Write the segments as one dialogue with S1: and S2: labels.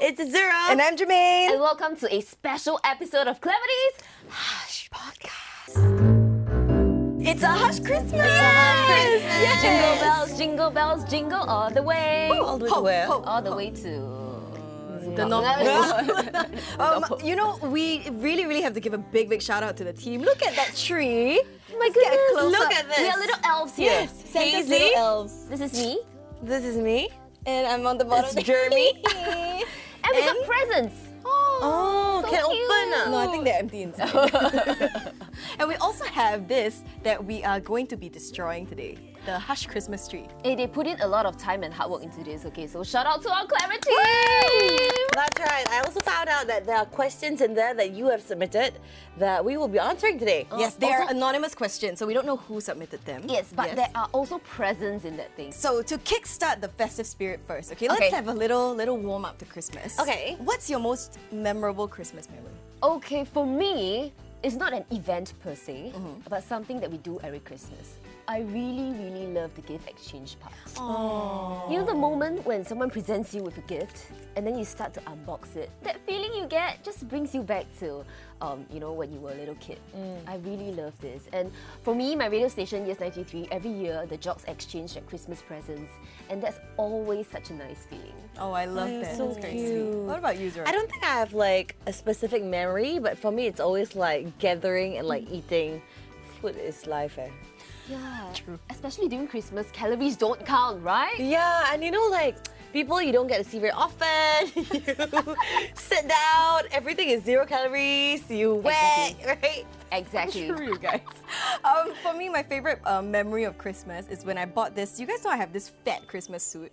S1: It's Zero.
S2: And I'm Jermaine.
S1: And welcome to a special episode of Clevity's Hush Podcast.
S2: It's a hush Christmas.
S1: Yes! Jingle bells, jingle bells, jingle all the way.
S2: All the way to where?
S1: all the way to.
S2: The North Um, you know, we really, really have to give a big, big shout out to the team. Look at that tree.
S1: My
S2: get
S1: goodness.
S2: closer.
S1: Look at this. We are little elves here.
S2: Yes.
S1: Santa's
S2: Daisy.
S1: little elves. This is me.
S2: This is me.
S3: And I'm on the bottom.
S2: It's Jeremy.
S1: And we got presents.
S2: oh,
S1: so can open cute. ah.
S2: No, I think they're empty inside. and we also have this that we are going to be destroying today the Hush Christmas tree.
S1: Hey, they put in a lot of time and hard work into this, okay? So shout out to our Clever team.
S3: That's right. I also found out that there are questions in there that you have submitted that we will be answering today.
S2: Oh, yes, they are
S1: also-
S2: anonymous questions, so we don't know who submitted them.
S1: Yes, but there are also presents in that thing.
S2: So to kickstart the festive spirit first, okay, let's
S1: Okay.
S2: have a little little warm up to Christmas.
S3: Okay.
S2: What's your most memorable Christmas memory?
S1: Okay, for me, it's not an event per se, but something that we do every Christmas. I really, really love the gift exchange part. You know the moment when someone presents you with a gift and then you start to unbox it. That feeling you get just brings you back to, um, you know, when you were a little kid. I really love this. And for me, my radio station, Yes 93, every year the jocks exchange their Christmas presents, and that's always such a nice feeling.
S2: Oh, I love that.
S3: so
S2: That's very sweet.
S3: cute.
S2: What about you, Zora?
S3: I don't think I have like a specific memory, but for me, it's always like gathering and like eating. Food is life, eh?
S1: Yeah. True. Especially during Christmas, calories don't count, right?
S3: Yeah, and you know, like people you don't get to see very often. you sit down, everything is zero calories. You whack, right?
S1: Exactly.
S2: you guys. um, for me, my favorite uh, memory of Christmas is when I bought this. You guys know I have this fat Christmas suit.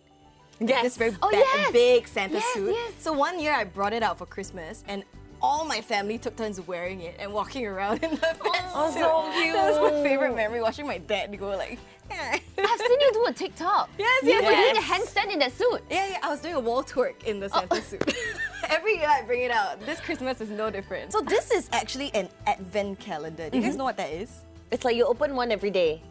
S3: Yes.
S2: This very
S1: Oh,
S2: fat,
S1: yes.
S2: big Santa
S1: Yes,
S2: suit.
S1: yes.
S2: So one year I brought it out for Christmas and all my family took turns wearing it and walking around in the fat
S1: Oh,
S2: suit.
S1: so
S2: That was my favorite memory, watching my dad go like, "Eh."
S1: I've seen you do a TikTok.
S2: Yes,
S1: you
S2: yes,
S1: were doing
S2: yes.
S1: a handstand in that suit.
S2: Yeah, yeah, I was doing a wall twerk in the Santa suit. Every year I bring it out. This Christmas is no different. Mm-hmm. So this is actually an advent calendar. Do you guys know what that is?
S3: It's like you open one every day.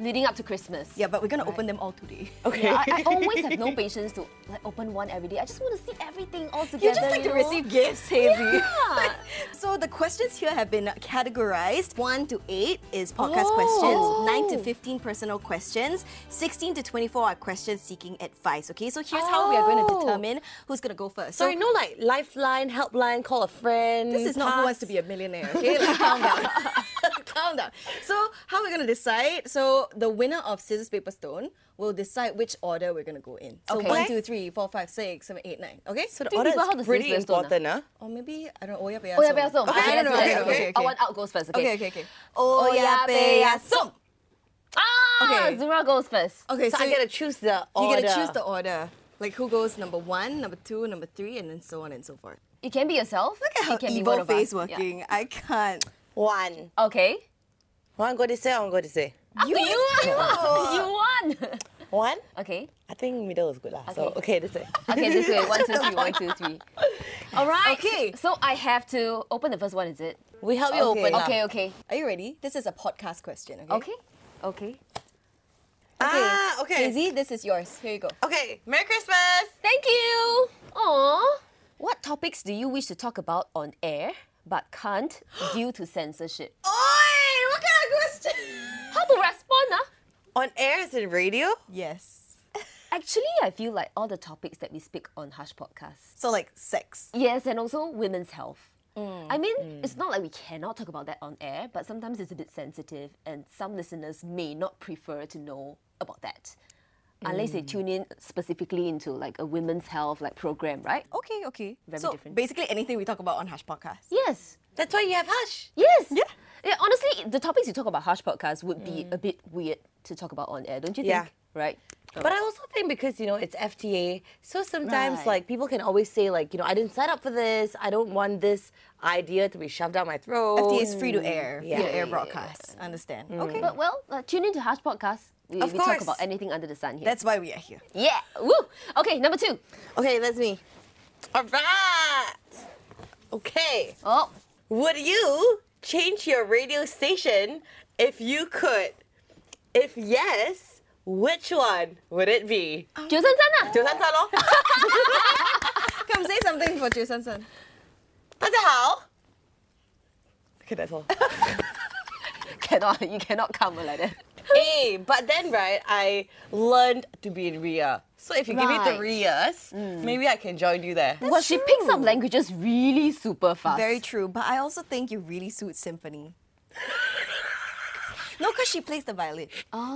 S1: Leading up to Christmas.
S2: Yeah, but we're gonna open them all today.
S3: Okay.
S1: Yeah, I, I always have no patience to like open one every day. I just want to see everything all together.
S2: You just like to
S1: know?
S2: receive gifts, Hazy.
S1: Yeah.
S2: so the questions here have been categorized. One to eight is podcast
S1: Oh.
S2: questions. Nine to fifteen personal questions. Sixteen to twenty-four are questions seeking advice. Okay, so here's how we are going to
S1: Oh.
S2: determine who's gonna go first.
S3: So you know, like lifeline, helpline, call a friend.
S2: This is not who wants to be a millionaire, okay? Like, calm down. calm down. So, how we're gonna decide? So, the winner of scissors, paper, stone will decide which order we're gonna go in. So,
S1: Okay.
S2: one, two, three, four, five, six, seven, eight, nine. Okay. So
S3: Order
S1: people how to save
S3: is pretty
S1: space, don't
S3: important, huh?
S2: or maybe I don't. know,
S1: Oh yeah, but also,
S2: Okay,
S1: I
S2: I don't know.
S1: understand.
S2: Okay, okay,
S1: I
S2: okay.
S1: want out goes first. Okay.
S2: Okay, okay, okay. Oyapeyasom.
S1: Ah,
S2: Okay.
S1: Zura goes first.
S2: Okay,
S3: So,
S2: so,
S3: I gotta choose the
S2: you
S3: order.
S2: gotta choose the order. Like who goes number one, number two, number three, and then so on and so forth.
S1: It can be yourself. Look
S2: How
S1: it can be one
S2: evil
S1: of us.
S2: face
S1: Yeah.
S2: working. I can't.
S3: one.
S1: Okay.
S3: One go this way, one go this way.
S1: Up you, to you, you won.
S3: One.
S1: okay.
S3: I think middle is good lah. So
S1: Okay.
S3: okay, this way.
S1: Okay, this way. One, two, three. One, two, three. All right.
S2: Okay.
S1: So I have to open the first one. Is it?
S3: We help you
S2: Okay.
S3: open. lah.
S1: Okay. Okay.
S2: Are you ready? This is a podcast question. Okay.
S1: Okay. Okay.
S3: Ah, okay.
S2: Daisy, this is yours. Here you go.
S3: Okay. Merry Christmas.
S1: Thank you. Aww. What topics do you wish to talk about on air but can't due to censorship?
S3: Oi! What kind of question?
S1: How to respond? Ah?
S3: On air is in radio.
S2: Yes.
S1: Actually, I feel like all the topics that we speak on Hush Podcast.
S2: So like sex.
S1: Yes, and also women's health. I mean, it's not like we cannot talk about that on air, but sometimes it's a bit sensitive, and some listeners may not prefer to know about that. Unless they tune in specifically into like a women's health like program, right?
S2: Okay, okay.
S1: Very
S2: so
S1: different.
S2: basically anything we talk about on Hush Podcast.
S1: Yes,
S3: That's why you have hush.
S1: Yes. Yeah. honestly, the topics you talk about Hush podcast would be a bit weird to talk about on air, don't you think?
S3: Mm. Yeah.
S1: Right?
S3: But I also think because you know it's FTA, so sometimes
S1: Right.
S3: like people can always say like you know I didn't sign up for this. I don't want this idea to be shoved down my throat.
S2: FT is free to air. Free
S3: Oh, Yeah.
S2: to air broadcast. Understand. Okay.
S1: But well, uh, tune into Hush podcast. We,
S3: Of
S1: we talk
S3: course.
S1: about anything under the sun here.
S2: That's why we are here.
S1: yeah. Woo. Okay, number two.
S3: Okay, that's me. All right. Okay.
S1: Oh,
S3: Would you change your radio station if you could? If yes, which one would it be?
S1: Joseon Sana.
S3: Joseon Salon?
S2: Come say something for Teo San San?
S3: 大家好。Okay, that's all.
S1: cannot, you cannot come like that.
S3: hey, but then right, I learned to be in Ria. So if you give me
S1: Right.
S3: three years,
S2: Mm.
S3: maybe I can join you there.
S1: well, she picks up languages really super fast.
S2: Very true, but I also think you really suit symphony. no, because she plays the violin.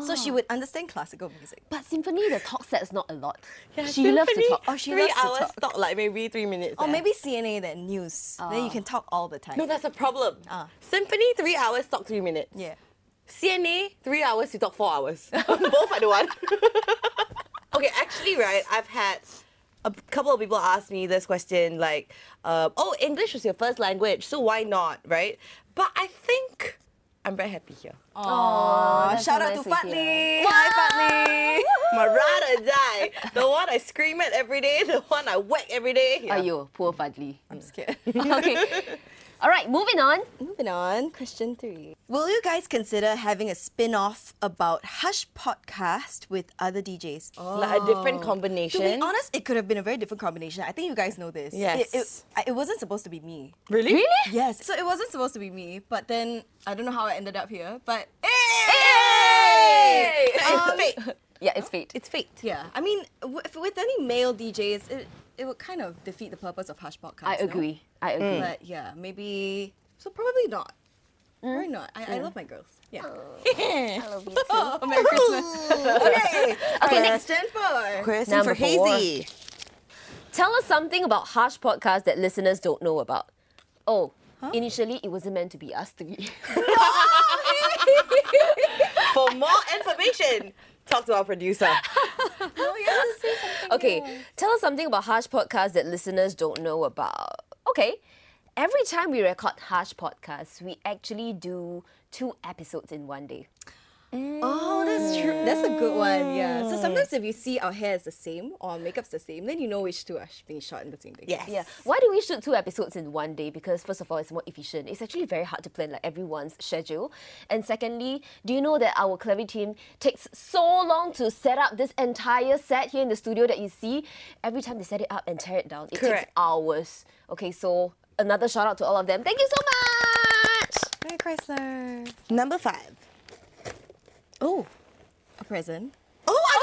S2: So she
S3: Oh.
S2: would understand classical music.
S1: But symphony, the talk set's not a lot. she
S3: Symphony,
S1: loves to talk.
S2: Oh, she
S3: three
S2: loves to
S3: hours
S2: talk.
S3: like maybe three minutes.
S2: Or
S3: eh.
S2: maybe CNA then, news. Then you can talk all the time.
S3: Oh. No, that's a problem.
S2: Ah.
S3: Symphony, three hours, talk three minutes.
S2: yeah.
S3: CNA, three hours, you talk four hours. Both are the one. okay, actually, right, I've had a couple of people ask me this question like, uh, oh, English was your first language, so why not, right? But I think I'm very happy here. Oh,
S2: Aww,
S1: that's
S2: shout
S1: so
S2: out
S1: nice
S2: to
S1: to hear.
S2: Fatli. Hi, Fatli.
S3: My ride or die. The one I scream at every day, the one I whack every day. Yeah.
S1: Ayo, poor Fadli.
S2: I'm scared.
S3: Uh,
S1: okay. All right, moving on.
S2: Moving on, question three. Will you guys consider having a spin off about Hush podcast with other DJs?
S3: Like a different
S2: To
S3: combination.
S2: be honest, it could have been a very different combination. I think you guys know this. It-
S3: Yes.
S2: It, I- it wasn't supposed to be me.
S3: really? Really?
S2: Yes. So it wasn't supposed to be me, but then I don't know how I ended up here. But
S3: Hey!
S2: Um,
S3: it's fate.
S1: Yeah, it's fate.
S3: It's fate.
S2: yeah, I mean, w- if, with any male DJs, it, it would kind of defeat the purpose of Hush podcast.
S1: I
S2: no?
S1: agree.
S3: Mm.
S1: I agree.
S2: But yeah, maybe. So probably not. Probably not. I, I love my girls. Yeah.
S1: I love you too.
S2: Mm. Oh. Merry Christmas. okay.
S1: Okay, next.
S2: Question four.
S3: Question
S1: Number
S3: for Hazy.
S1: Tell us something about Harsh Podcast that listeners don't know about. Oh, initially it wasn't meant to be us three.
S3: For more information, talk to our producer.
S2: No, you have to say something.
S1: okay, tell us something about Harsh Podcast that listeners don't know about. Okay, every time we record Harsh Podcast, we actually do two episodes in one day.
S2: Oh, that's true. That's a good one. Yeah. So sometimes if you see our hair is the same or our makeup's the same, then you know which two are sh- being shot in the same day.
S3: Yes.
S1: Yeah. Why do we shoot two episodes in one day? Because first of all, it's more efficient. It's actually very hard to plan like everyone's schedule. And secondly, do you know that our clever team takes so long to set up this entire set here in the studio that you see? Every time they set it up and tear it down, it
S3: Correct.
S1: takes hours. Okay, so another shout out to all of them. Thank you so much.
S2: Mary Chrysler.
S3: Number five.
S2: Oh, a present.
S3: Oh, I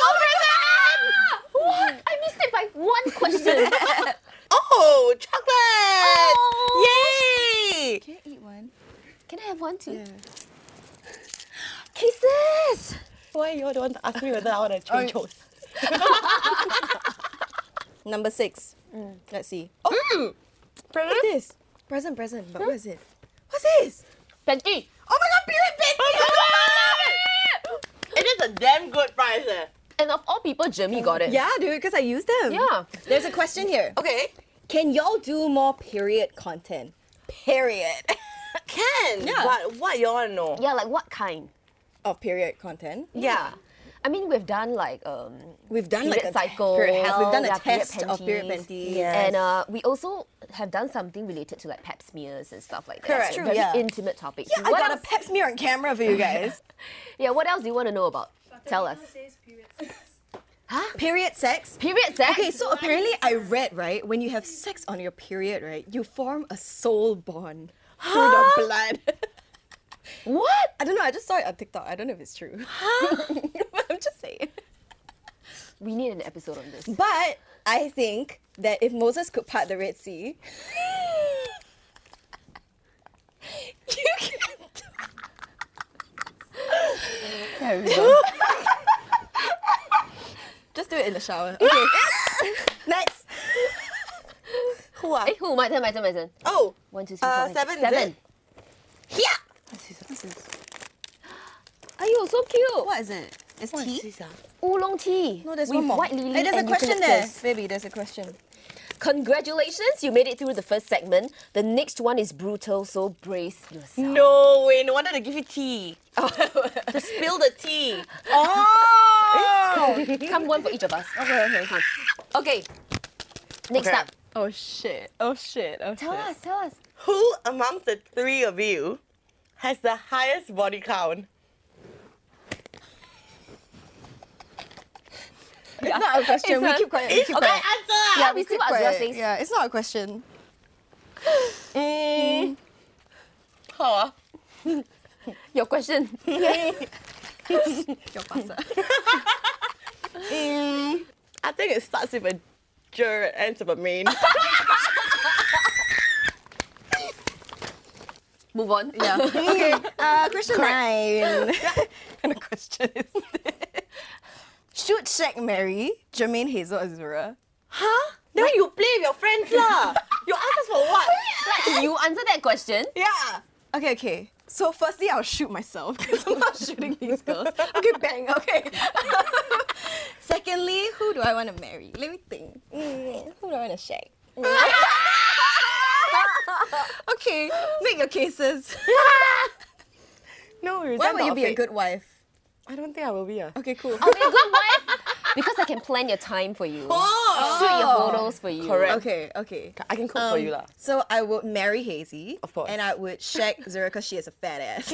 S3: got
S1: What? I missed it by one question.
S3: Oh, chocolate! Yay!
S2: Can I eat one?
S1: Can I have one too?
S2: Kisses.
S3: Why you all don't want to ask me whether I want to change host?
S2: Number six. Let's see. Oh, what's this? Present, present. But what is it? What's this?
S1: Plenty.
S2: Oh my God, Billy
S3: It is a damn good price. Eh?
S1: And of all people, Jeremy got it.
S2: Yeah, dude, because I used them.
S1: Yeah.
S2: There's a question here.
S3: Okay.
S2: Can y'all do more period content? Period.
S3: Can.
S2: Yeah.
S3: But what you all know?
S1: Yeah, like what kind?
S2: of period content.
S3: Yeah.
S1: I mean, we've done like um,
S2: We've done
S1: period
S2: like a
S1: cycle.
S2: Period health. We've done a
S1: yeah, period
S2: test of period panties.
S3: Yeah.
S1: And uh, we also have done something related to like pap smears and stuff like that.
S2: Correct.
S1: So
S2: True,
S1: very
S2: yeah.
S1: intimate topics.
S2: Yeah, I
S1: what
S2: got
S1: else?
S2: a pep smear on camera for you guys.
S1: yeah, what else do you want to know about? Tell us.
S2: period sex.
S1: Period sex.
S2: Okay, so apparently I read right when you have sex on your period, right, you form a soul bond through the blood.
S1: what?
S2: I don't know. I just saw it on TikTok. I don't know if it's true. I'm just saying.
S1: We need an episode on this.
S2: But I think that if Moses could part the Red Sea, you can. Just do it in the shower. Okay. Next.
S3: Who are?
S1: Eh, who? My turn. My turn. My turn.
S3: Oh.
S1: One, two, three,
S3: Uh,
S1: four, five,
S3: seven.
S1: six,
S3: is
S1: seven.
S3: it? Yeah.
S1: Are you so cute?
S2: What is it? It's tea?
S3: ah?
S1: Oolong tea.
S2: No, there's
S1: with
S2: one more.
S1: White lily
S2: Hey, there's a
S1: and
S2: question there.
S1: eucalyptus.
S2: Baby, there's a question.
S1: Congratulations, you made it through the first segment. The next one is brutal, so brace yourself. Oh,
S3: No way. No wonder they give you tea. to spill the tea.
S2: Oh!
S1: Come one for each of us. Okay, okay, okay. Okay. Next
S3: Okay.
S1: up.
S2: oh shit. Oh shit. Oh
S1: Tell us, tell us.
S3: Who amongst the three of you has the highest body count?
S1: Yeah.
S2: Not a question.
S1: It's
S2: we
S1: a-
S2: keep quiet. We keep
S1: okay,
S2: quiet.
S3: answer lah.
S2: Yeah,
S1: We
S2: we
S1: see
S2: keep
S1: what Azura
S2: quiet.
S1: says.
S2: Yeah, it's not a question.
S3: Huh?
S1: Your question.
S2: Your pasta.
S3: Mm, I think it starts with a jer, it ends with a main.
S1: Move on.
S2: yeah. Okay. Uh, question nine. what kind of question is this? Should Shaq marry Jermaine Hazel Azura?
S3: huh? Then you play with your friends lah. You ask us for what?
S1: you answer that question.
S2: Yeah. Okay, okay. So firstly, I'll shoot myself because I'm not shooting these girls. Okay, bang. Okay. Secondly, who do I want to marry? Let me think. Mm, who do I want to shag? Mm. okay, make your cases.
S3: No,
S2: Why would you be a good wife?
S3: I don't think I will be ah. a.
S2: Okay, cool.
S1: I'll be a good wife because I can plan your time for you.
S3: Oh,
S1: Shoot your photos for you.
S3: Correct.
S2: Okay, okay.
S3: I can cook
S2: Um,
S3: for you lah.
S2: So I would marry Hazy.
S3: Of course.
S2: And I would shag Zura because she is a fat ass.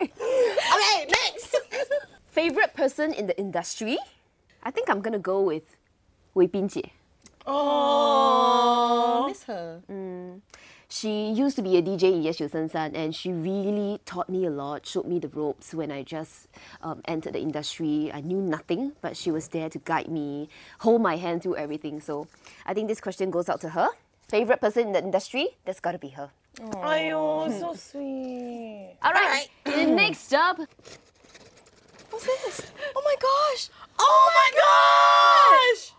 S3: Okay, next.
S1: Favorite person in the industry? I think I'm gonna go with Wei Binjie.
S3: Oh.
S2: I miss her.
S1: She used to be a DJ in Yes You San San, and she really taught me a lot, showed me the ropes when I just um, entered the industry. I knew nothing, but she was there to guide me, hold my hand through everything. So I think this question goes out to her. Favorite person in the industry? That's gotta be her.
S3: Ayo, so sweet.
S1: All right. the next up,
S2: What's this? Oh my gosh!
S3: Oh my gosh!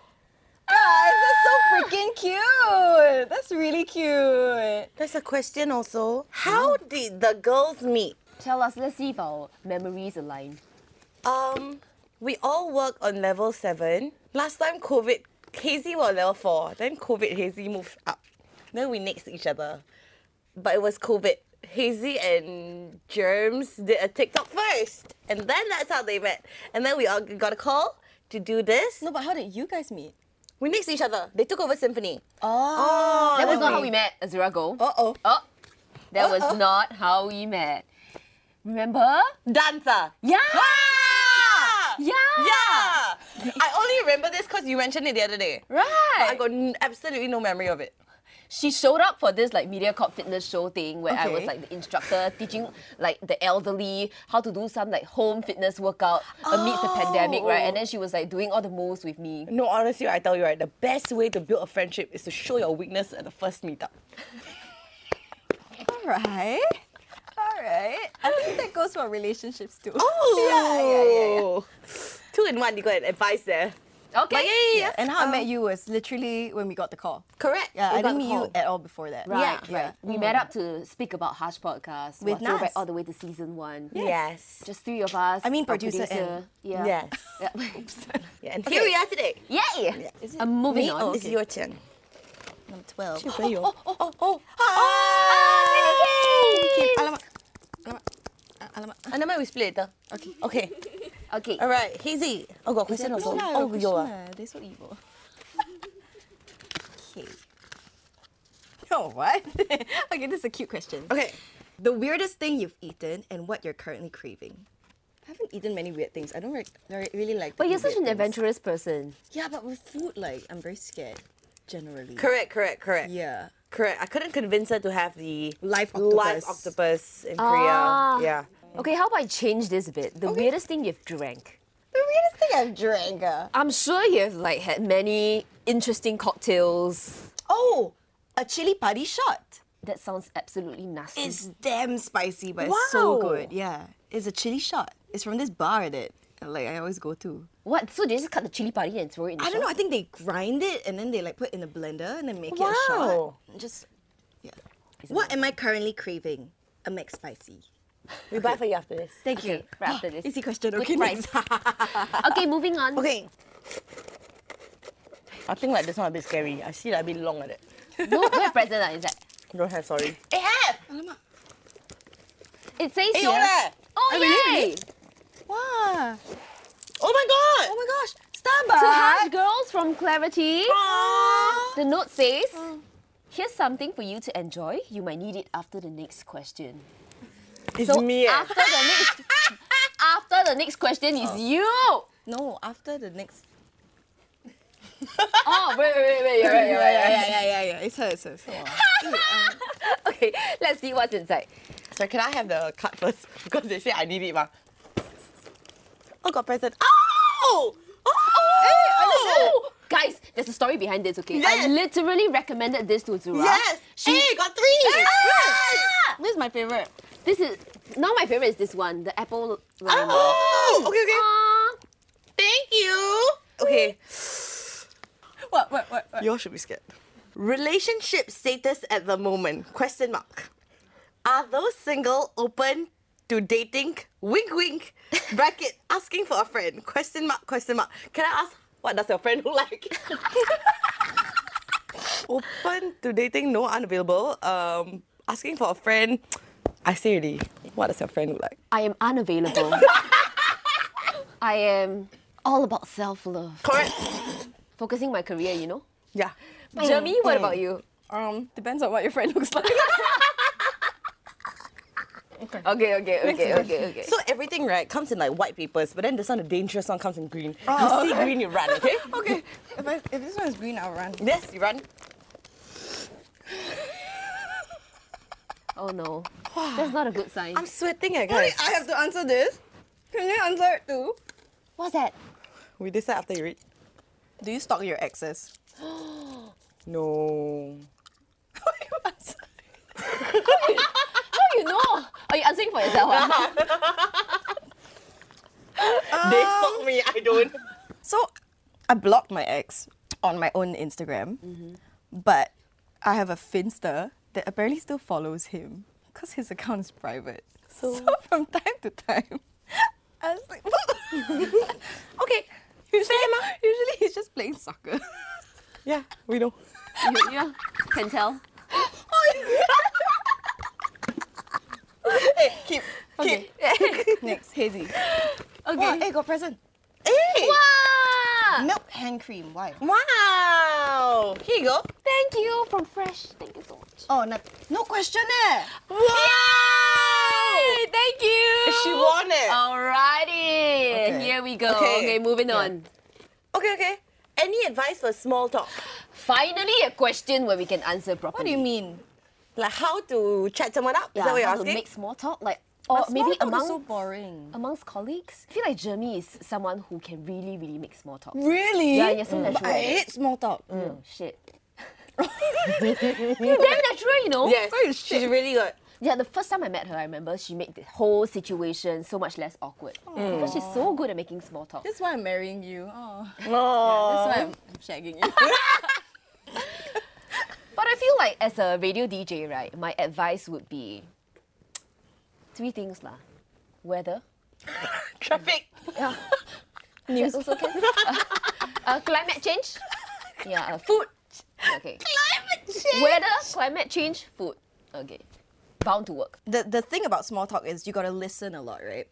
S2: Guys, that's so freaking cute! That's really cute.
S3: There's a question also. Mm-hmm. How did the girls meet?
S1: tell us, let's see if our memories align.
S3: Um, we all work on level seven. Last time COVID, Hazy was level four. Then COVID, Hazy moved up. Then we next to each other, but it was COVID. Hazy and Germs did a TikTok first, and then that's how they met. And then we all got a call to do this.
S2: No, but how did you guys meet?
S3: We next to each other. They took over Symphony.
S2: Oh.
S1: That was not how we met, Azura Go.
S2: Uh oh.
S1: Oh, that was not how we met. Remember?
S3: dancer.
S1: Yeah!
S3: Yeah.
S1: Yeah!
S3: Yeah. I only remember this because you mentioned it the other day. But I
S1: Right!
S3: got n- absolutely no memory of it.
S1: She showed up for this like MediaCorp fitness show thing where I was
S2: Okay.
S1: like the instructor teaching like the elderly how to do some like home fitness workout amidst the pandemic, right? And then she was like doing all the moves with me.
S3: No, honestly, I tell you right, the best way to build a friendship is to show your weakness at the first meetup.
S2: Alright. Alright. I think that goes for relationships too.
S3: Oh, yeah, yeah, yeah. Oh. Two in one, you got an advice there.
S1: Okay.
S3: But yeah, yeah, yeah.
S2: And how I met you was literally when we got the call.
S3: Correct.
S2: Yeah,
S3: We
S2: I
S3: got
S2: didn't
S3: the
S2: meet you
S3: call.
S2: at all before that.
S1: Right,
S2: yeah.
S1: right.
S3: Mm.
S1: We met up to speak about Hush Podcast. Wow,
S2: With
S1: throwback
S2: Nas.
S1: all the way to season one.
S3: Yes.
S1: Just three of us.
S2: I mean,
S1: our
S2: producer and-
S1: Yeah.
S3: Yes.
S1: Yeah.
S3: Yeah, and here we are today.
S1: Yay!
S2: Is it
S1: I'm moving
S2: me?
S1: on.
S2: Oh,
S3: It's
S2: okay.
S3: your turn.
S2: Number 12.
S3: Oh, oh, oh, oh.
S2: Okay, Alamak. Alamak. Ah, Alamak.
S3: Ah, never mind, we split later. Okay. Okay.
S1: Okay.
S3: All right, Hazy. Oh, got question also. Oh, you are.
S2: They're so evil. okay. No, what? okay, this is a cute question.
S3: Okay.
S2: The weirdest thing you've eaten and what you're currently craving. I haven't eaten many weird things. I don't re- re- really like.
S1: But
S2: to
S1: Oh, you're
S2: eat
S1: such
S2: weird
S1: an
S2: things.
S1: adventurous person.
S2: Yeah, but with food, like I'm very scared, generally.
S3: Correct, correct, correct.
S2: Yeah.
S3: Correct. I couldn't convince her to have the
S2: Live
S3: live
S2: octopus.
S3: octopus in Korea.
S2: Ah.
S3: Yeah.
S1: Okay, how about I change this a bit? The weirdest thing you've drank.
S2: The weirdest thing I've drank. Uh,
S1: I'm sure you've like had many interesting cocktails.
S2: oh, a chili padi shot.
S1: That sounds absolutely nasty.
S2: It's damn spicy, but it's so
S1: Wow.
S2: good. Yeah, it's a chili shot. It's from this bar that like I always go to.
S1: what? So they just cut the chili padi and throw it in the
S2: I don't know.
S1: shop?
S2: I think they grind it and then they like put in a blender and then make it a shot.
S3: Wow.
S2: Just yeah. What am I currently craving? A McSpicy.
S3: We buy for you after this.
S2: Thank you.
S1: Okay, right after this.
S2: Easy question. Okay,
S1: Good price.
S2: next.
S1: okay, moving on.
S3: Okay. I think like this one a bit scary. I see like a bit long like that.
S1: No, where present are inside?
S3: Don't have, sorry.
S2: Alamak.
S1: It says
S3: Eh,
S1: here.
S3: hola.
S1: Oh,
S2: really?
S1: yay!
S2: Wow.
S3: Oh my
S2: Oh
S3: god!
S2: my gosh.
S1: To
S2: Starbucks.
S1: Hush Girls from Clarity.
S3: Aw.
S1: The note says, here's something for you to enjoy. You might need it after the next question.
S3: It's
S1: So
S3: me. eh.
S1: after the next after the next question is you.
S2: No, after the next.
S1: Oh, wait, wait, wait, wait, you're right, you're right.
S2: yeah, yeah, yeah, yeah, yeah. It's her, it's her. It's her.
S1: Okay, let's see what's inside.
S3: So can I have the card first? Because they say I need it, ma.
S2: oh, got present.
S3: Oh! Oh!
S1: Oh, guys, there's a story behind this, okay? I
S3: Yes.
S1: literally recommended this to Zura.
S3: Yes! She
S1: She,
S3: got three!
S2: Ah, This is my favorite.
S1: this is, now my favorite is this one, the apple lime.
S3: Oh! Okay, okay.
S1: Ah,
S3: Thank you. Okay.
S2: What, what, what, what?
S3: Y'all should be scared. Relationship status at the moment? Question mark. Are those single, open to dating? Wink, wink. Bracket asking for a friend? Question mark. Question mark. Can I ask what does your friend look like? open to dating? No, unavailable. Um, asking for a friend. I say already. What does your friend look like?
S1: I am unavailable. I am all about self love.
S3: Correct.
S1: Focusing my career, you know?
S3: Yeah.
S1: Jeremy, what about you?
S2: Um, depends on what your friend looks like.
S1: Okay, okay, okay, okay, okay.
S3: So everything right comes in like white papers, but then this one, the dangerous one, comes in green.
S2: Oh,
S3: you see green, you run. Okay.
S2: okay, if, I, if this one is green, I'll run.
S3: Yes, you run.
S1: Oh no. That's not a good sign.
S3: I'm sweating, I
S2: Wait,
S3: guess.
S2: I have to answer this. Can you answer it too?
S1: What's that?
S3: We decide after you read.
S2: Do you stalk your exes?
S3: No.
S1: How you know? Are you answering for yourself? ah?
S3: they stalk me. I don't.
S2: So, I blocked my ex on my own Instagram,
S3: Mm-hmm.
S2: but I have a Finster that apparently still follows him because his account is private. So, from time to time, I was like, okay. Usually, usually he's just playing soccer.
S3: Yeah, we know.
S1: you, you can tell.
S2: Oh,
S3: hey, keep.
S1: Okay.
S2: Next, Hazy.
S1: Okay. Ah!
S2: hey, got present.
S3: Hey!
S1: Wow!
S2: Milk hand cream. Why?
S3: Wow! Here you go.
S1: Thank you from Fresh. Thank you so much.
S2: Oh, no, no question eh.
S3: Wow!
S1: Hey, thank you.
S3: She won it.
S1: Alrighty.
S2: Okay.
S1: Here we go.
S3: Okay.
S1: Okay, moving on.
S3: Okay, okay. Any advice for small talk?
S1: Finally, a question where we can answer
S2: What
S1: properly.
S2: do you mean?
S3: Like how to chat someone up?
S1: Yeah,
S3: Is that what you're
S1: how to
S3: asking?
S1: make small talk, like, or
S2: Small
S1: maybe
S2: talk is
S1: among
S2: so boring.
S1: amongst colleagues. I feel like Jeremy is someone who can really, really make small talk.
S2: Really? Mm.
S1: Yeah, you're so
S2: But
S1: natural.
S2: I hate small talk.
S1: Oh, shit. You're damn natural, you know.
S3: yes.
S2: Oh,
S3: She's really good.
S1: Yeah, the first time I met her, I remember she made the whole situation so much less awkward
S2: Mm.
S1: because she's so good at making small talk.
S2: That's why I'm marrying you. Oh. That's
S3: Oh.
S2: why I'm, I'm shagging you.
S1: But I feel like as a radio DJ, right, my advice would be three things lah. Weather.
S3: Traffic.
S1: Yeah. News also can. Uh, uh, climate change. Yeah. Uh, food. Okay.
S2: Climate change.
S1: Weather, climate change, food. Okay. Bound to work.
S2: The, the thing about small talk is you gotta listen a lot, right?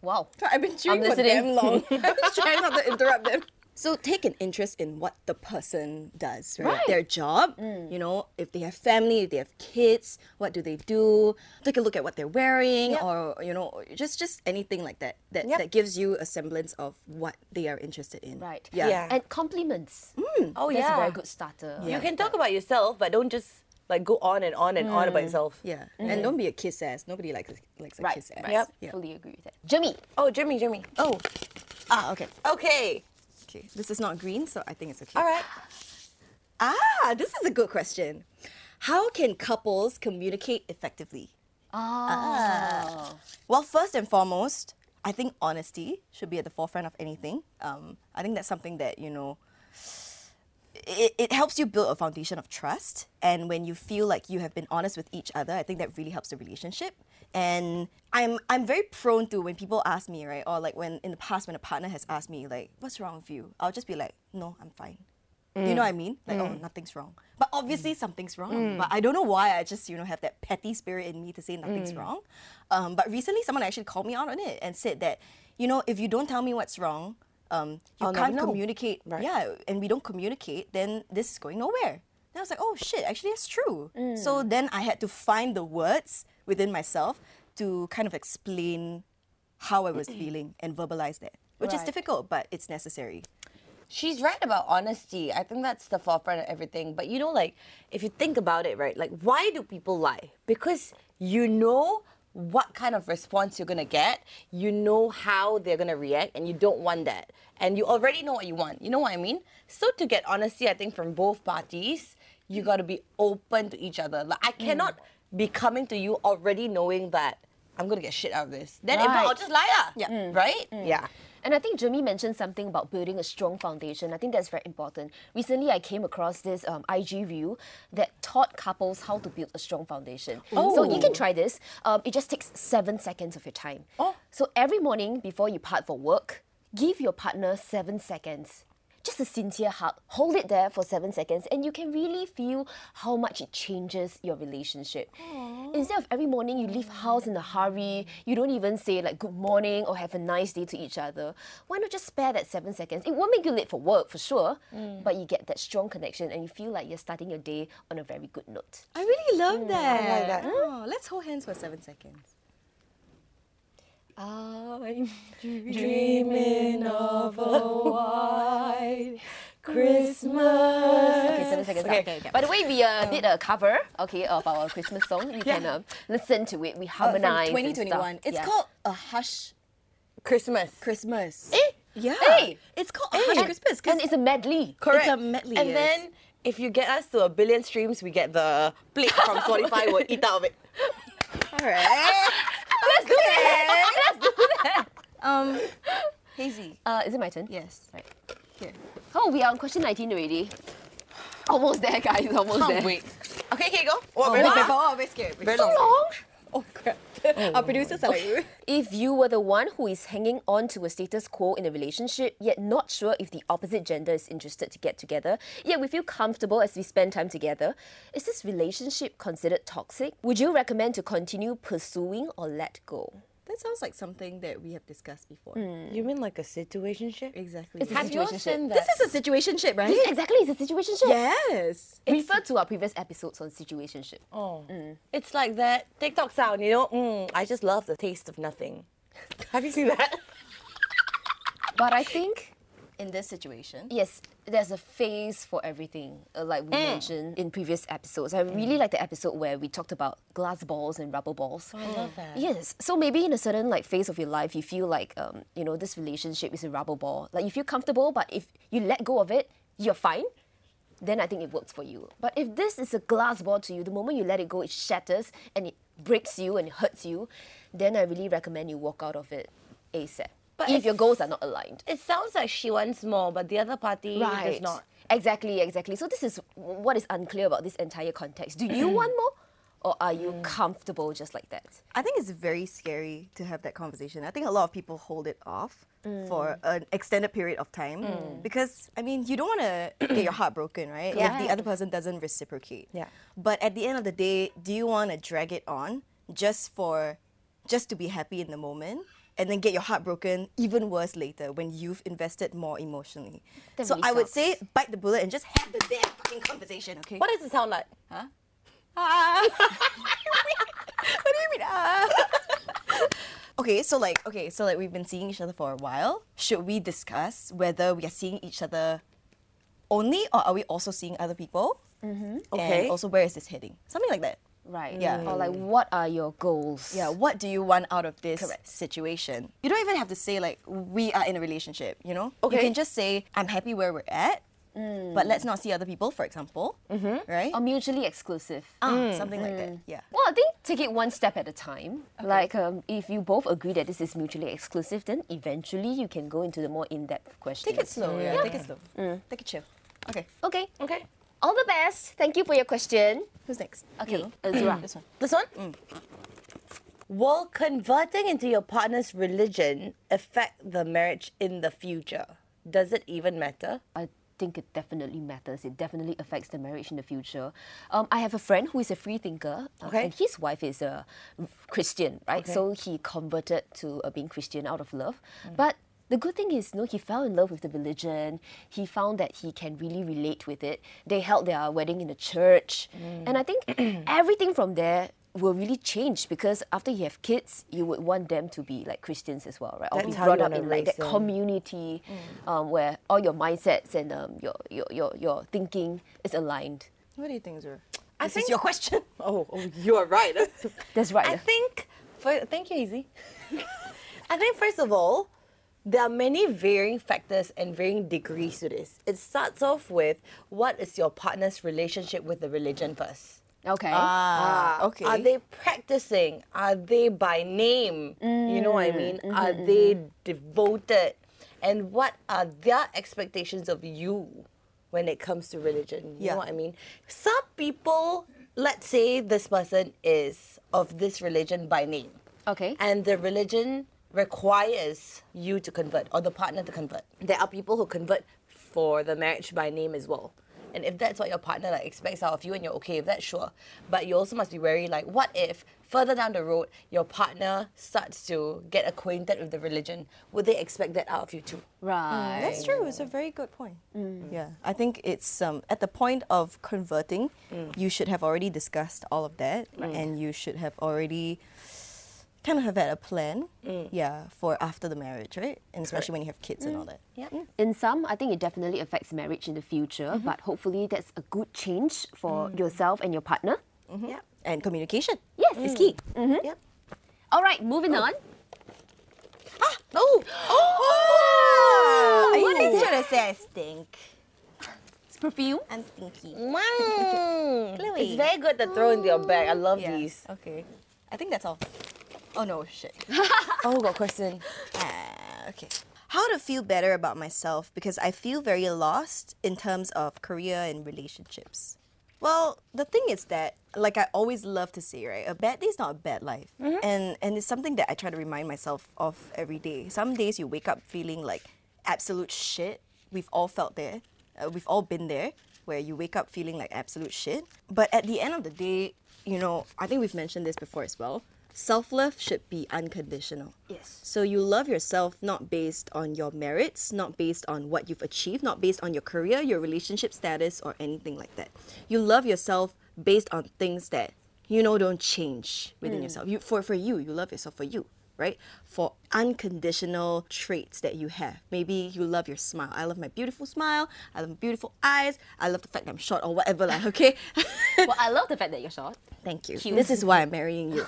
S1: Wow.
S2: I've been chewing
S1: I'm
S2: for
S1: listening.
S2: damn long. I've been trying not to interrupt them. So take an interest in what the person does, right?
S1: Right.
S2: Their job,
S3: Mm.
S2: you know, if they have family, if they have kids, what do they do? Take a look at what they're wearing,
S3: Yep.
S2: or you know, just just anything like that that
S3: Yep.
S2: that gives you a semblance of what they are interested in.
S1: Right.
S2: Yeah.
S3: Yeah.
S1: And compliments.
S3: Oh
S1: That's
S3: yeah.
S1: a very good starter.
S3: You can talk about yourself, but don't just like go on and on and on about yourself.
S2: Mm. Yeah. And don't be a kiss ass. Nobody likes a, likes a
S1: Right.
S2: kiss ass.
S1: right.
S3: Yep.
S2: Yeah.
S1: Fully agree with that. Jimmy.
S3: Oh, Jimmy, Jimmy.
S2: Oh. Ah. Okay.
S3: Okay.
S2: Okay. This is not green, so I think it's okay.
S3: All right.
S2: Ah, this is a good question. How can couples communicate effectively?
S1: Ah.
S2: Well, first and foremost, I think honesty should be at the forefront of anything. Um, I think that's something that, you know, it, it helps you build a foundation of trust. And when you feel like you have been honest with each other, I think that really helps the relationship. And I'm I'm very prone to when people ask me, right, or like when in the past when a partner has asked me, like, what's wrong with you? I'll just be like, no, I'm fine. You
S3: Mm.
S2: know what I mean? Like, oh, nothing's wrong. But obviously something's wrong. But I don't know why I just, you know, have that petty spirit in me to say
S3: Mm.
S2: nothing's wrong. Um, but recently someone actually called me out on it and said that, you know, if you don't tell me what's wrong, um, you
S3: I'll never
S2: can't
S3: know.
S2: communicate.
S3: Right.
S2: Yeah, and we don't communicate, then this is going nowhere. Then I was like, oh shit, actually that's true.
S3: Mm.
S2: So then I had to find the words within myself to kind of explain how I was feeling and verbalize that, which is
S4: Right.
S2: difficult, but it's necessary.
S3: She's right about honesty. I think that's the forefront of everything. But you know, like, if you think about it, right, like, why do people lie? Because you know what kind of response you're gonna get, you know how they're gonna react, and you don't want that. And you already know what you want. You know what I mean? So, to get honesty, I think from both parties, you gotta be open to each other. Like, I cannot be coming to you already knowing that I'm gonna get shit out of this. Then if not, I'll
S4: Right.
S3: just lie. lah.
S2: Yeah. Mm.
S3: Right? Yeah.
S1: And I think Jeremy mentioned something about building a strong foundation. I think that's very important. Recently, I came across this um, IG reel that taught couples how to build a strong foundation. So you can try this. Um, it just takes seven seconds of your time.
S4: Oh.
S1: So every morning before you part for work, give your partner seven seconds. Just a sincere hug. Hold it there for seven seconds, and you can really feel how much it changes your relationship. Instead of every morning you leave house in a hurry, you don't even say like good morning or have a nice day to each other. Why not just spare that seven seconds? It won't make you late for work for sure, but you get that strong connection and you feel like you're starting your day on a very good note.
S2: I really love that.
S3: like that.
S2: Oh, let's hold hands for seven seconds.
S1: I'm
S4: Dreaming of a white Christmas.
S1: Okay, seven seconds.
S2: Okay, Um,
S1: out.
S2: okay, okay.
S1: By the way, we uh, did a cover, okay, of our Christmas song. You can uh, listen to it. We
S2: Uh, from
S1: harmonize.
S2: 2021. It's called a hush
S3: Christmas.
S2: Christmas.
S1: Eh?
S2: Yeah.
S1: Eh?
S2: It's called a hush Christmas. 'cause
S1: and it's a medley.
S3: Correct.
S2: It's a medley,
S3: And
S2: yes.
S3: then if you get us to a billion streams, we get the plate from Spotify. we'll eat out of it.
S2: All right. Oh,
S1: Let's do that. Let's do that.
S2: um, Hazy.
S1: Uh, is it my turn?
S2: Yes.
S1: Right.
S2: Here.
S1: Oh, we are on question 19 already. Almost there, guys. Almost there.
S3: Okay, here you go. What,
S2: Wait,
S3: very
S2: wait,
S3: long?
S2: oh, very scary.
S3: Very
S1: So
S3: long.
S1: long.
S2: Oh crap. Our producers are like.
S1: If you were the one who is hanging on to a status quo in a relationship, yet not sure if the opposite gender is interested to get together, yet we feel comfortable as we spend time together, is this relationship considered toxic? Would you recommend to continue pursuing or let go?
S2: That sounds like something that we have discussed before.
S3: You mean like a situationship?
S2: Exactly.
S1: It's Have you all seen
S2: This is a situationship, right?
S1: This is exactly it's a situationship.
S2: yes.
S1: Refer to our previous episodes on situationship.
S3: Oh. It's like that TikTok sound, you know? Mm, I just love the taste of nothing. Have you seen that?
S1: But I think
S2: In this situation.
S1: Yes, there's a phase for everything, uh, like we mentioned in previous episodes. I really like the episode where we talked about glass balls and rubber balls. Oh, I love that. Yes, so maybe in a certain like phase of your life, you feel like um, you know this relationship is a rubber ball. Like you feel comfortable, but if you let go of it, you're fine. Then I think it works for you. But if this is a glass ball to you, the moment you let it go, it shatters and it breaks you and it hurts you. Then I really recommend you walk out of it ASAP. But if your goals are not aligned.
S3: It sounds like she wants more, but the other party does not.
S1: Exactly, exactly. So this is what is unclear about this entire context. Do you want more? Or are you
S2: Mm.
S1: comfortable just like that?
S2: I think it's very scary to have that conversation. I think a lot of people hold it off
S1: Mm.
S2: for an extended period of time because I mean, you don't want to get your heart broken, right? If the other person doesn't reciprocate.
S3: Yeah.
S2: But at the end of the day, do you want to drag it on just for just to be happy in the moment? And then get your heart broken even worse later when you've invested more emotionally.
S1: That
S2: so
S1: really
S2: I would say
S1: sucks.
S2: bite the bullet and just have the damn fucking conversation, okay?
S3: What does it sound like?
S2: What do you mean? ah? okay, so like, okay, so like we've been seeing each other for a while. Should we discuss whether we are seeing each other only, or are we also seeing other people? Mm-hmm.
S3: Okay.
S2: And also, where is this heading? Something like that.
S1: Right.
S2: Yeah.
S1: Or like what are your goals?
S2: Yeah. What do you want out of this situation? You don't even have to say like we are in a relationship. You know.
S3: Okay.
S2: You can just say I'm happy where we're at, but let's not see other people, for example. Mm. Mm-hmm. Right.
S1: Or mutually exclusive.
S2: Ah, something like that. Yeah.
S1: Well, I think take it one step at a time. Like, um, if you both agree that this is mutually exclusive, then eventually you can go into the more in-depth questions.
S2: Take it slow. Yeah. Take it slow. Take it chill. Okay.
S1: Okay.
S3: Okay.
S1: All the best. Thank you for your question.
S2: Who's next?
S1: Okay,
S2: You.
S1: Azura.
S2: this one.
S3: This one?
S2: Mm.
S3: Will converting into your partner's religion affect the marriage in the future? Does it even matter?
S1: I think it definitely matters. It definitely affects the marriage in the future. Um, I have a friend who is a free thinker, uh,
S3: Okay.
S1: and his wife is a Christian, right? So he converted to uh, being Christian out of love. But the good thing is, no, he fell in love with the religion. He found that he can really relate with it. They held their wedding in a church, and I think everything from there will really change because after you have kids, you would want them to be like Christians as well, right? Or
S3: That's
S1: be
S3: how
S1: brought
S3: you
S1: up
S3: wanna
S1: in like that
S3: raise them.
S1: community um, where all your mindsets and um, your, your, your, your thinking is aligned.
S2: What do you think, Zur?
S3: I
S2: this
S3: think-
S2: is your question.
S3: Oh, oh you are right.
S1: That's right.
S3: I think. For, thank you, Izzy. I think first of all, there are many varying factors and varying degrees to this. It starts off with what is your partner's relationship with the religion first.
S1: Okay.
S2: Ah,
S3: Ah,
S2: okay.
S3: Are they practicing? Are they by name? you know what I mean?
S2: Mm,
S3: are
S2: mm-hmm,
S3: they devoted? And what are their expectations of you when it comes to religion? You
S2: Yeah.
S3: know what I mean? Some people, let's say this person is of this religion by name.
S1: okay.
S3: And the religion requires you to convert or the partner to convert. There are people who convert for the marriage by name as well. And if that's what your partner like expects out of you and you're okay with that, sure. But you also must be wary like what if further down the road your partner starts to get acquainted with the religion? Would they expect that out of you too?
S1: right.
S2: That's true. It's a very good point. Yeah, I think it's um, at the point of converting, you should have already discussed all of that, and you should have already kind of have had a plan. Yeah, for after the marriage, right? And especially when you have kids and all that. Mm,
S3: Yeah.
S1: In some, I think it definitely affects marriage in the future, but hopefully that's a good change for yourself and your partner.
S3: Yep.
S2: mm-hmm. And communication.
S1: Yes.
S2: is key.
S1: Mm.
S3: Yep.
S1: All right, moving on.
S3: Oh! Oh!
S2: What are you trying to say? I stink.
S1: It's perfume.
S2: I'm stinky.
S3: Wow.
S2: Chloe.
S3: It's very good to throw into your bag. I love
S2: Yeah.
S3: these.
S2: Okay. I think that's all. Oh no, shit.
S3: Oh, got question.
S2: Ah, okay. How to feel better about myself because I feel very lost in terms of career and relationships. Well, the thing is that, like I always love to say, right, a bad day is not a bad life, and and it's something that I try to remind myself of every day. Some days you wake up feeling like absolute shit. We've all felt there. Uh, we've all been there, where you wake up feeling like absolute shit. But at the end of the day, you know, I think we've mentioned this before as well. Self love should be unconditional.
S1: Yes.
S2: So you love yourself not based on your merits, not based on what you've achieved, not based on your career, your relationship status, or anything like that. You love yourself based on things that you know don't change within yourself. You for for you, you love yourself for you, right? For unconditional traits that you have. Maybe you love your smile. I love my beautiful smile. I love my beautiful eyes. I love the fact that I'm short or whatever, like okay.
S1: well, I love the fact that you're short.
S2: Thank you.
S1: Cute.
S2: This is why I'm marrying you.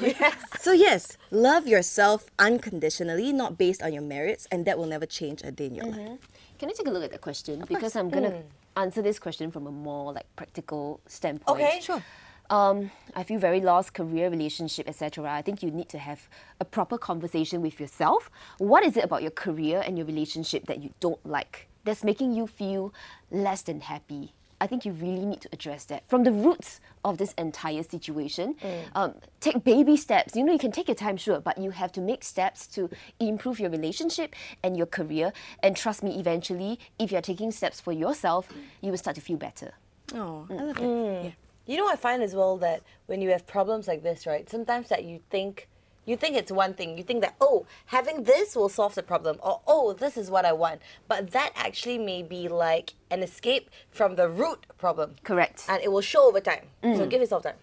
S2: So yes, love yourself unconditionally, not based on your merits, and that will never change a day in your life.
S1: Can I take a look at that question? because I'm gonna answer this question from a more like practical standpoint.
S3: Okay.
S2: Sure.
S1: Um, I feel very lost, career, relationship, etc. I think you need to have a proper conversation with yourself. What is it about your career and your relationship that you don't like that's making you feel less than happy? I think you really need to address that from the roots of this entire situation. Um, take baby steps. You know, you can take your time, sure, but you have to make steps to improve your relationship and your career. And trust me, eventually, if you're taking steps for yourself, you will start to feel better.
S2: Oh, I love it.
S3: You know, I find as well that when you have problems like this, right? Sometimes that you think, you think it's one thing. You think that oh, having this will solve the problem, or oh, this is what I want. But that actually may be like an escape from the root problem,
S1: Correct. Mm.
S3: and it will show over time. So give yourself time.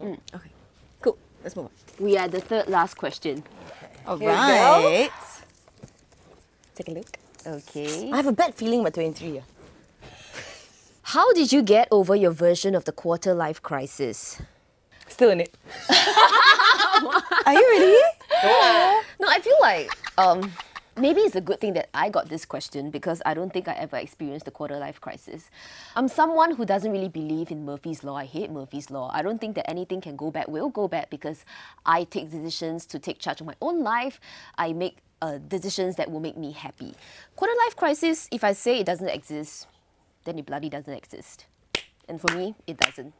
S2: Okay, cool. Let's move on.
S1: We are the third last question.
S2: All
S3: we go.
S2: right.
S3: Take a look.
S1: Okay.
S3: I have a bad feeling about twenty three.
S1: How did you get over your version of the quarter life crisis?
S3: Still in it.
S2: Are you ready?
S1: No, I feel like um, maybe it's a good thing that I got this question because I don't think I ever experienced the quarter life crisis. I'm someone who doesn't really believe in Murphy's Law. I hate Murphy's Law. I don't think that anything can go bad will go bad because I take decisions to take charge of my own life. I make uh, decisions that will make me happy. Quarter life crisis, if I say it doesn't exist, then it bloody doesn't exist. And for me, it doesn't.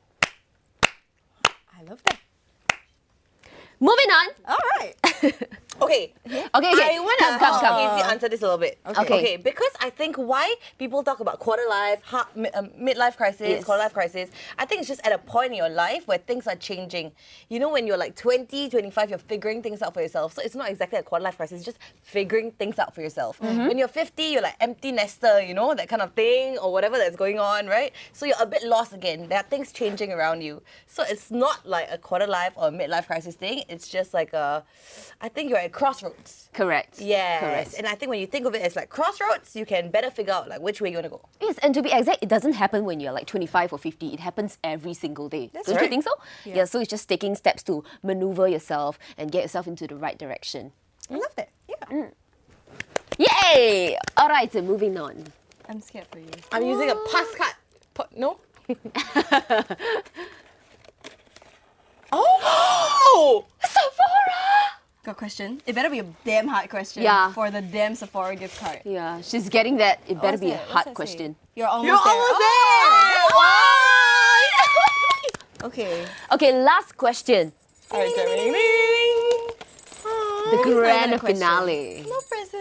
S2: I love that.
S1: Moving on.
S2: All right.
S3: Okay.
S1: Okay, okay.
S3: I want
S1: Come, come, come.
S3: to easy answer this a little bit.
S1: Okay.
S3: Okay, because I think why people talk about quarter life, ha- mi- um, midlife crisis,
S1: Yes.
S3: quarter life crisis, I think it's just at a point in your life where things are changing. You know, when you're like 20, 25, you're figuring things out for yourself. So it's not exactly a quarter life crisis, it's just figuring things out for yourself.
S2: Mm-hmm.
S3: When you're 50, you're like empty nester, you know, that kind of thing or whatever that's going on, right? So you're a bit lost again. There are things changing around you. So it's not like a quarter life or midlife crisis thing. It's just like a, I think you're at crossroads.
S1: Correct.
S3: Yes.
S1: Correct.
S3: And I think when you think of it as like crossroads, you can better figure out like which way you want to go.
S1: Yes, and to be exact, it doesn't happen when you're like 25 or 50. It happens every single day. Don't you
S3: right.
S1: think so? Yeah. so it's just taking steps to maneuver yourself and get yourself into the right direction.
S2: I love that. Yeah.
S3: Mm.
S1: Yay! All right, so moving on.
S4: I'm scared for you.
S3: I'm using a pass card. Pa- no. oh!
S2: Good question. It better be a damn hard question.
S1: Yeah.
S2: For the damn Sephora gift card.
S1: Yeah, she's getting that. It better
S2: What's
S1: be a
S2: that? What's that
S1: hard
S2: say?
S1: question.
S2: You're almost
S3: You're
S2: there. Oh!
S3: almost
S2: there. Okay.
S1: Okay, last question.
S3: there! Alright, Jeremy.
S1: The
S2: What is my other
S1: grand
S2: question?
S1: finale.
S2: No present.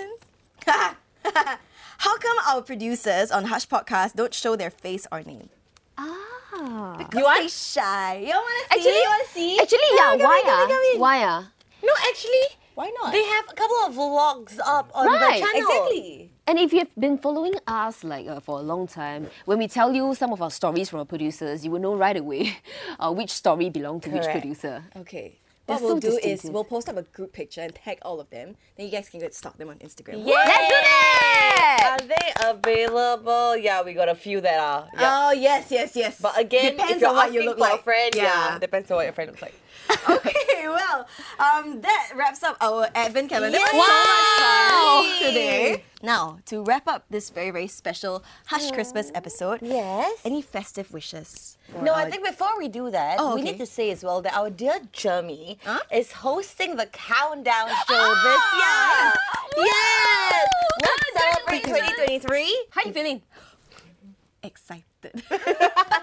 S2: How come our producers on Hush Podcast don't show their face or name?
S1: Ah.
S2: You are shy. You want to see?
S1: Actually-
S2: you want to see?
S1: Actually, yeah,
S2: Come in,
S1: why?
S2: come in, come
S1: ah?
S2: in.
S1: Why? ah?
S3: No, actually,
S2: Why not?
S3: they have a couple of vlogs up on
S1: Right,
S3: the channel.
S2: exactly.
S1: And if you've been following us like uh, for a long time, when we tell you some of our stories from our producers, you will know right away uh, which story belonged to which
S3: Correct.
S1: producer.
S2: Okay.
S1: They're
S2: What we'll
S1: so
S2: do is
S1: distinctive.
S2: we'll post up a group picture and tag all of them. Then you guys can go stalk them on Instagram.
S3: Yay!
S1: Let's do that!
S3: Are they available? Yeah, we got a few that are. Yeah.
S2: Oh yes, yes, yes.
S3: But again,
S2: depends
S3: if you're
S2: on what you
S3: asking
S2: look
S3: for
S2: like.
S3: a friend, yeah.
S2: yeah.
S3: depends on what your friend looks like.
S2: okay, well, um, that wraps up our advent calendar.
S3: Yay!
S2: Wow!
S3: Wow!
S2: today. Now, to wrap up this very, very special Hush Christmas episode,
S3: Yes.
S2: any festive wishes? for
S3: No,
S2: our-
S3: I think before we do that,
S2: Oh,
S3: we
S2: okay.
S3: need to say as well that our dear Jeremy
S2: Huh?
S3: is hosting the countdown show
S2: Ah!
S3: this year. Yes! Let's celebrate
S1: Congratulations.
S3: 2023.
S1: How you feeling?
S2: excited.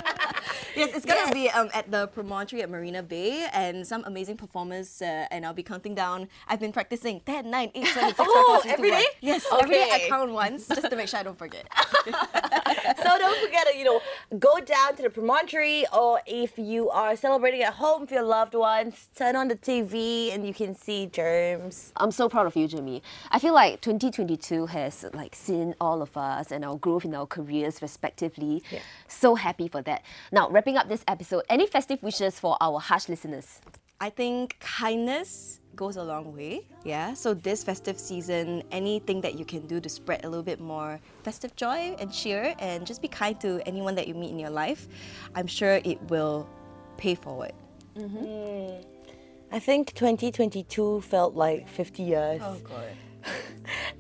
S2: yes, it's gonna be um, at the Promontory at Marina Bay and some amazing performers. Uh, and I'll be counting down. I've been practicing 10, 9, 8, 7, 6, five,
S3: Oh,
S2: four, three, two,
S3: every
S2: one.
S3: day?
S2: Yes, every day I
S3: Okay.
S2: count once just to make sure I don't forget.
S3: So don't forget to, you know, go down to the promontory or if you are celebrating at home with your loved ones, turn on the TV and you can see germs.
S1: I'm so proud of you, Jimmy. I feel like 2022 has like seen all of us and our growth in our careers respectively. So happy for that. Now, wrapping up this episode, any festive wishes for our harsh listeners?
S2: I think kindness goes a long way. Yeah. So this festive season, anything that you can do to spread a little bit more festive joy and cheer and just be kind to anyone that you meet in your life, I'm sure it will pay forward.
S3: I think 2022 felt like 50 years.
S2: God.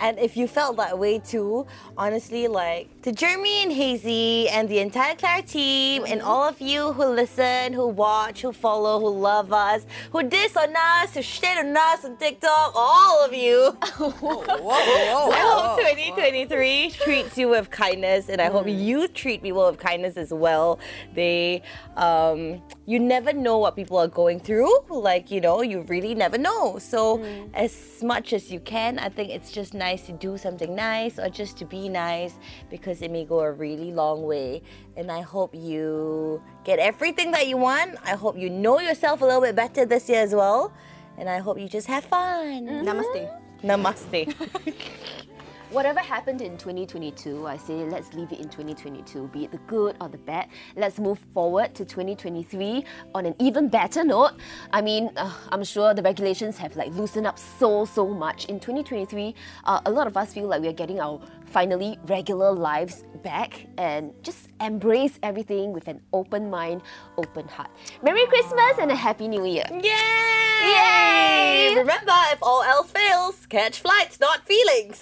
S3: And if you felt that way too, honestly, like to Jeremy and Hazy and the entire Claire team and all of you who listen, who watch, who follow, who love us, who diss on us, who shit on us on TikTok, all of you. Oh, I
S2: Oh,
S3: hope 2023 treats you with kindness, and I hope you treat people with kindness as well. They, um, you never know what people are going through. Like you know, you really never know. So as much as you can, I think it's just nice to do something nice or just to be nice because it may go a really long way. And I hope you get everything that you want. I hope you know yourself a little bit better this year as well. And I hope you just have fun.
S2: Namaste.
S3: Namaste.
S1: Whatever happened in 2022, I say let's leave it in 2022, be it the good or the bad. Let's move forward to 2023 on an even better note. I mean, uh, I'm sure the regulations have like loosened up so so much in 2023. Uh, a lot of us feel like we are getting our finally regular lives back and just embrace everything with an open mind, open heart. Merry Christmas and a happy New Year.
S3: Yay! Remember, if all else fails, catch flights, not feelings.